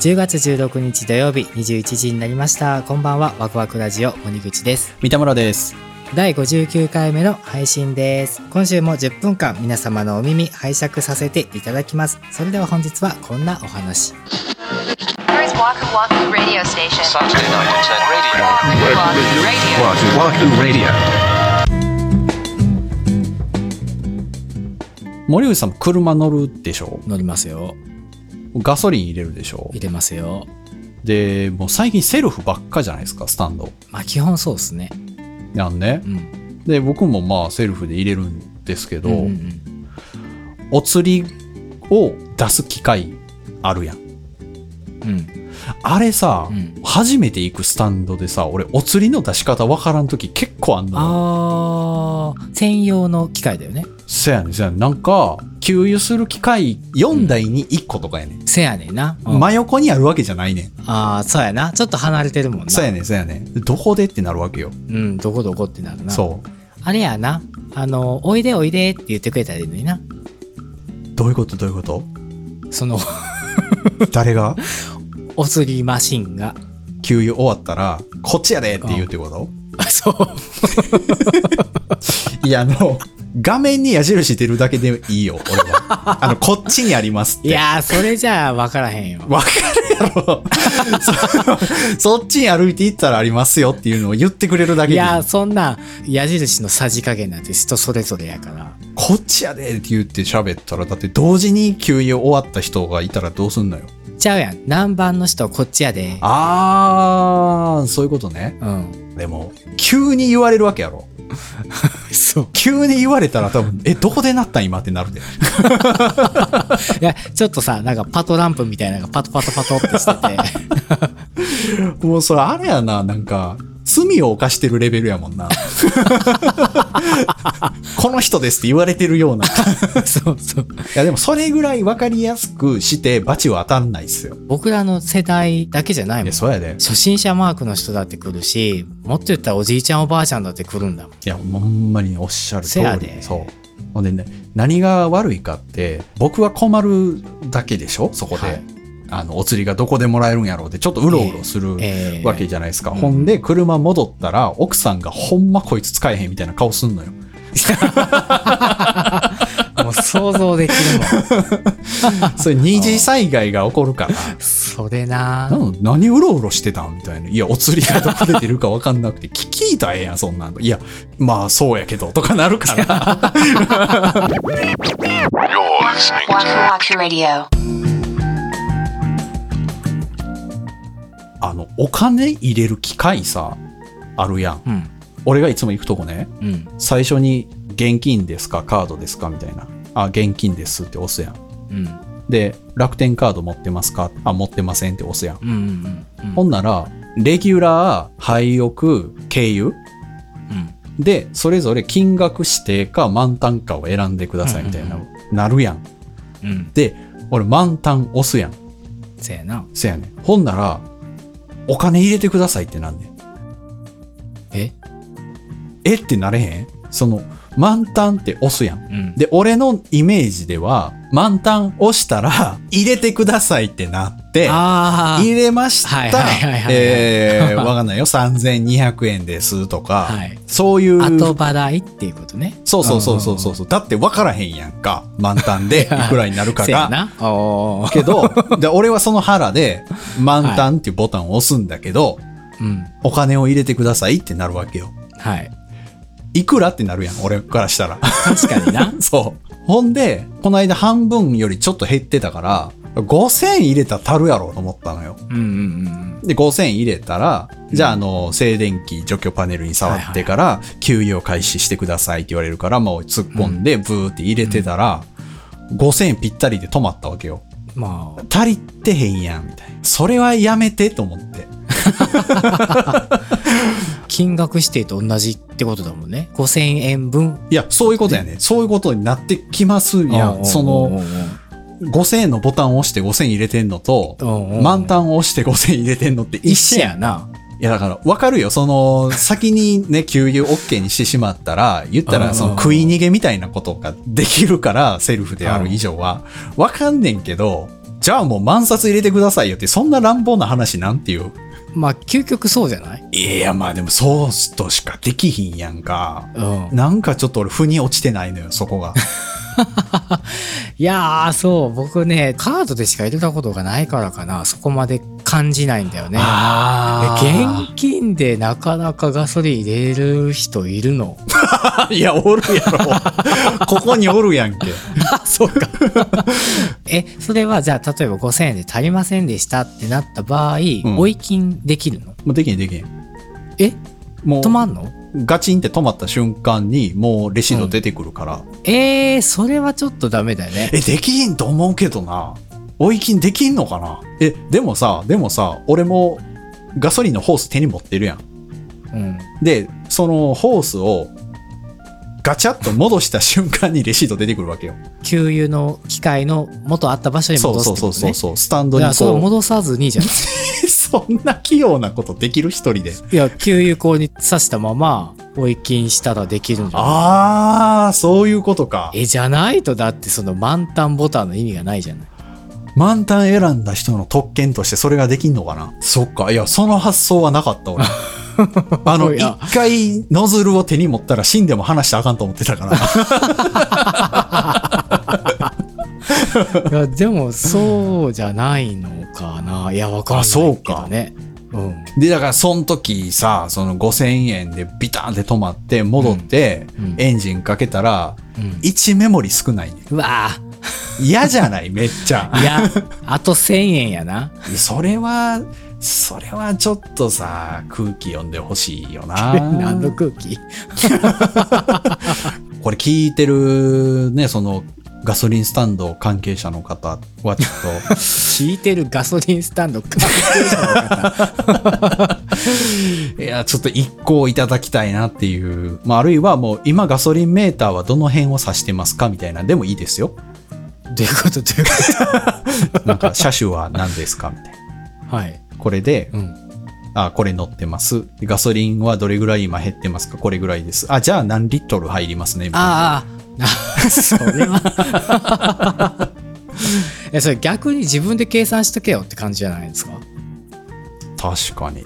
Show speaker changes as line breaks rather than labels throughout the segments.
10月16日土曜日21時になりましたこんばんはワクワクラジオ森口です
三田村です
第59回目の配信です今週も10分間皆様のお耳拝借させていただきますそれでは本日はこんなお話
Here's Waku Waku Radio Station.
Saturday night at 10 radio.
Waku Waku Radio.
Waku Waku Radio.
森内さんも車乗るでしょ
乗りますよ
ガソリン入れるでしょ
入れますよ
でもう最近セルフばっかじゃないですかスタンド
まあ基本そうですね
やんね
うん
で僕もまあセルフで入れるんですけど、
うんうん
お釣りを出す機会あるやん
うん
あれさ、
うん
初めて行くスタンドでさ俺お釣りの出し方わからん時結構あんのよ
あー専用の機械だよね
せやねんせやねんなんか給油する機械4台に1個とかやねん、
せやねんな、うん
真横にあるわけじゃないねん
ああそうやなちょっと離れてるもんな
そうやねんそうやねんどこでってなるわけ
う
よ
んどこどこってなるな
そう
あれやなあの「おいでおいで」って言ってくれたらいいのにな
どういうことどういうこと
その
誰が
お釣りマシンが
給油終わったらこっちやでって言うってこと
あそう
いやあの画面に矢印出るだけでいいよ俺はあのこっちにありますって
いやーそれじゃあ分からへんよ
わかるやろそそっちに歩いていったらありますよっていうのを言ってくれるだけ
い
でいい
やーそんな矢印のさじ加減なんて人それぞれやから
こっちやでって言って喋ったらだって同時に給油終わった人がいたらどうすんのよ
ちゃうやん南蛮の人こっちやで
あーそういうことね
うん
でも急に言われるわけやろ
そう
急に言われたら多分えどこでなったん今ってなるで
いやちょっとさなんかパトランプみたいなのがパトパトパトってしてて
もうそれあれやな、なんか、罪を犯してるレベルやもん な。この人ですって言われて るような。い
そうそう
やでもそれぐらい分かりやすくして、罰は当たんないっすよ。
僕らの世代だけじゃない
い
も
や、
ん
そうやで。
初心者マークの人だって来るしもっと言ったらおじいちゃんおばあちゃんだって来るんだもん
いや、ほんまにおっしゃる通
せや
り。
で
そう。ほんでね、何が悪いかって、僕は困るだけでしょそこで。
はい
あの、お釣りがどこでもらえるんやろうって、ちょっとうろうろする
ええ
わけじゃないですか。
うん
ほんで、車戻ったら、奥さんがほんまこいつ使えへんみたいな顔すんのよ。
もう想像できるもん
それ二次災害が起こるから。
それな
なの何うろうろしてたんみたいな。いや、お釣りがどこで出るか分かんなくて、 聞きたらええやん、そんなん。いや、まあ、そうやけど、とかなるから。
You're listening
Waku
to
Waku Radio.
あの、お金入れる機械さ、あるやん。
うん
俺がいつも行くとこね、
うん
最初に、現金ですか、カードですか、みたいな。あ、現金ですって押すやん。
うん
で、楽天カード持ってますかあ、持ってませんって押すやん。
うんうんうん
ほんなら、レギュラー、廃屋、経由
うん
で、それぞれ金額指定か満タンかを選んでくださいみたいな、
うんう
なるやん。
うん
で、俺満タン押すやん。
せやな
せやねん。ほんなら、お金入れてくださいってなんねん。
え
えってなれへんその、満タンって押すやん。
うん
で、俺のイメージでは、満タン押したら、入れてくださいってなって、
ああ
入れまし
はい
た
はいはい。はい
えー、わかんないよ。3200円ですとか、
はい
そういう。
後払いっていうことね
そうそうそうそうそうそう。だって分からへんやんか。満タ ンでいくらになるか
せや
が。
なおー
け ど、で俺はその腹で、満タンっていうボタンを押すんだけど、
うん
お金を入れてくださいってなるわけよ。
はい
いくらってなるやん、俺からしたら。
確かにな
そう。ほんで、この間半分よりちょっと減ってたから、5000入れたら足るやろうと思ったのよ。
うんうんうん
で、5000入れたら、じゃあ、あの、静電気除去パネルに触ってから、給油を開始してくださいって言われるから、もう突っ込んで、ブーって入れてたら、5000ぴったりで止まったわけよ。
まあ
足りてへんやん、みたいな。それはやめて、と思って。
金額指定と同じってことだもんね5000円分
いや、そういうことやね。そういうことになってきますや
うん
ん。そ
うんう
の、
んうん
5000円のボタンを押して5000入れてんのと
うんうんう、ん
満タンを押して5000入れてんのって一
一
緒
緒
やん
やない
やだから、わかるよ。その、先にね、給油 OK にしてしまったら、言った
うん
ら、その食い逃げみたいなことができるから、セルフである以上は。わかんねんけど、じゃあもう万冊入れてくださいよって、そんな乱暴な話なんていう。
まあ究極そうじゃない
いや、まあでもそうとしかできひんやんか。
うん
なんかちょっと俺、腑に落ちてないのよ、そ こが。
いやーそう僕ねカードでしか入れたことがないからかなそこまで感じないんだよね
あ
え現金でなかなかガソリン入れる人いるの
いや、おるやろ。 ここにおるやんけ。
あそうかえそれはじゃあ例えば5,000円で足りませんでしたってなった場合、
ん
追い金できるの
もうできへんできへん。
え
もう、
止まんの
ガチンって止まった瞬間に、もうレシート出てくるから。
えー、それはちょっとダメだよね
え、できひんと思うけどな。追い金できんのかなえ、でもさ、でもさ、俺もガソリンのホース手に持ってるやん。
うん
で、そのホースをガチャッと戻した瞬間にレシート出てくるわけよ。
給油の機械の元あった場所に
そう
戻す
そ
っ
う
てこ
そう
とね
そう。スタンド
じ
に
ゃあそれを
こ。
戻さずにじゃんいう
そんな器用なことできる一人で。
や給油口に刺したまま追い金したらできるんじゃない
あー、そういうことか。
えじゃないとだってその満タンボタンの意味がないじゃない
満タン選んだ人の特権としてそれができんのかなそっか。いや、その発想はなか った、俺。あの、
いや
一回ノズルを手に持ったら死んでも話したらあかんと思ってた から。
いやでもそうじゃないのかないやわからないけどねうん
で、だから、その時さ、その5000円でビターンって止まって、戻って、
うんうん
エンジンかけたら、
うん
1メモリ少ないね。
うわあ
嫌じゃ ないめっちゃ。
いやあと1,000円やな
それは、それはちょっとさ、空気読んでほしいよ な。
何の空気
これ聞いてるね、その、ガソリンスタンド関係者の方はちょっ
敷いてるガソリンスタンド関係者の方
と、いや、ちょっと一個いただきたいなっていう、まあ、あるいはもう、今ガソリンメーターはどの辺を指してますかみたいなんでもいいですよ。
どういうことどういうこ
なんか、車種は何ですかみたいな。
とはい
これで、
うん
あ、これ乗ってます。でガソリンはどれぐらい今減ってますかこれぐらいです。あ、じゃあ何リットル入りますねみたいな
あああそれは えそれ逆に自分で計算しとけよって感じじゃないですか
確かに。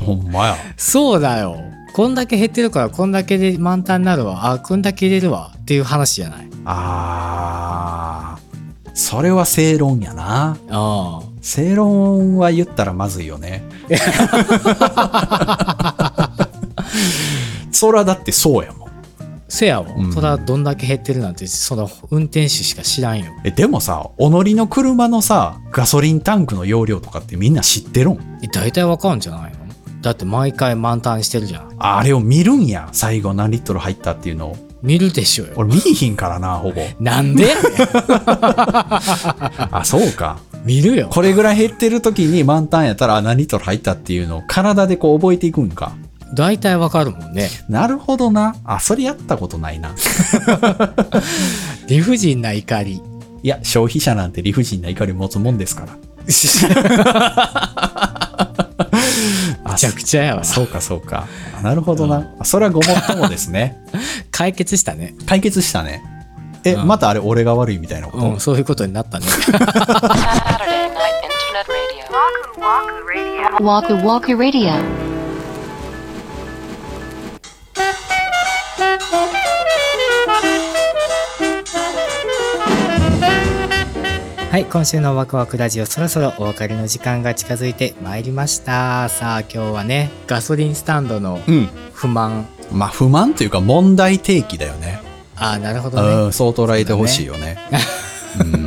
ほんまや。
そうだよこんだけ減ってるからこんだけで満タンになるわあこんだけ入れるわっていう話じゃない
あー。それは正論やな。
ああ
正論は言ったらまずいよね。 そらだってそうやもん。
せやわ、
うん
そらどんだけ減ってるなんてその運転手しか知らんよ
え、でもさ、己の車のさ、ガソリンタンクの容量とかってみんな知ってるん
え大体わかるんじゃないのだって毎回満タンにしてるじゃん
あれを見るんや。最後何リットル入ったっていうのを。
見るでしょうよ
俺見えひんからな、 ほぼ。
なんでやねん
あ、そうか。
見るよ
これぐらい減ってる時に満タンやったらあ何リットル入ったっていうのを体でこう覚えていくんか。
大体わかるもんね
なるほどな。あ、それやったことないな。
理不尽な怒り
いや、消費者なんて理不尽な怒り持つもんですから。あ
めちゃくちゃやわ
そそうか、そうか。あなるほどな。あそれはごもっともですね。
解決したね
解決したね。え、
うん
またあれ俺が悪いみたいなこと、
うんそういうことになったね
Saturday night internet radio. Waku Waku Radio. Waku Waku Radio.
はい今週のワクワクラジオそろそろお別れの時間が近づいてまいりましたさあ今日はねガソリンスタンドの
うん。
不満
まあ、不満というか問題提起だよね。
ああなるほどね
うん、そう捉えてほしいよね。うん。俺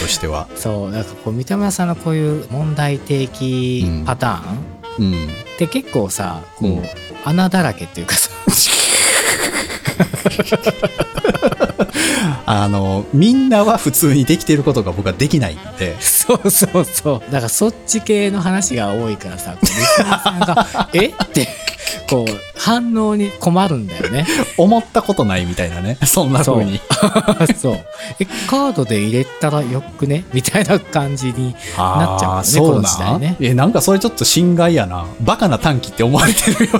としては。
そうなんかこう三田村さんのこういう問題提起パターン、
うん。
って結構さこう、
うん
穴だらけっていうかさ
あの、みんなは普通にできてることが僕はできないんで。
そうそうそうだからそっち系の話が多いからさこう三田村さんが「えっ?」てこう反応に困るんだよ ね
思ったことないみたいなね。 そんな風に。
そうえカードで入れたらよくねみたいな感じになっちゃうからね
そう
この時
な
代
ん、
ね
え、なんかそれちょっと心外やな。バカな短期って思われてるよ。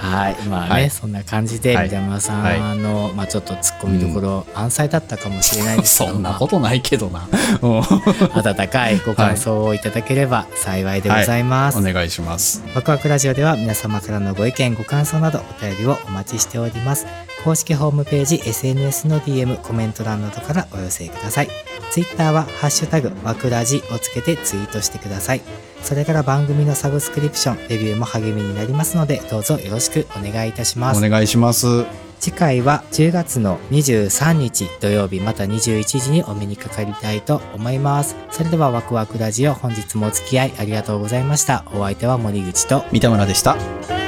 はいまあね、
はい
そんな感じで
はい
三山さんの、まあ、ちょっとツッコミどころ満載だったかもしれないですけ
そ
ど
んなことないけどな。 うん
まあ温かいご感想をいただければ幸いでございます、
お願いします。
ワクワクラジオでは皆様からのご意見ご感想などお便りをお待ちしております公式ホームページ SNS の DM コメント欄などからお寄せください Twitter は「ハッシュタグワクラジ」をつけてツイートしてくださいそれから番組のサブスクリプションレビューも励みになりますのでどうぞよろしくお願いいたしま
お
す
願いします。
次回は10月の23日土曜日また21時にお目にかかりたいと思いますそれではワクワクラジオ本日もお付き合いありがとうございましたお相手は森口と
三田村でした。
「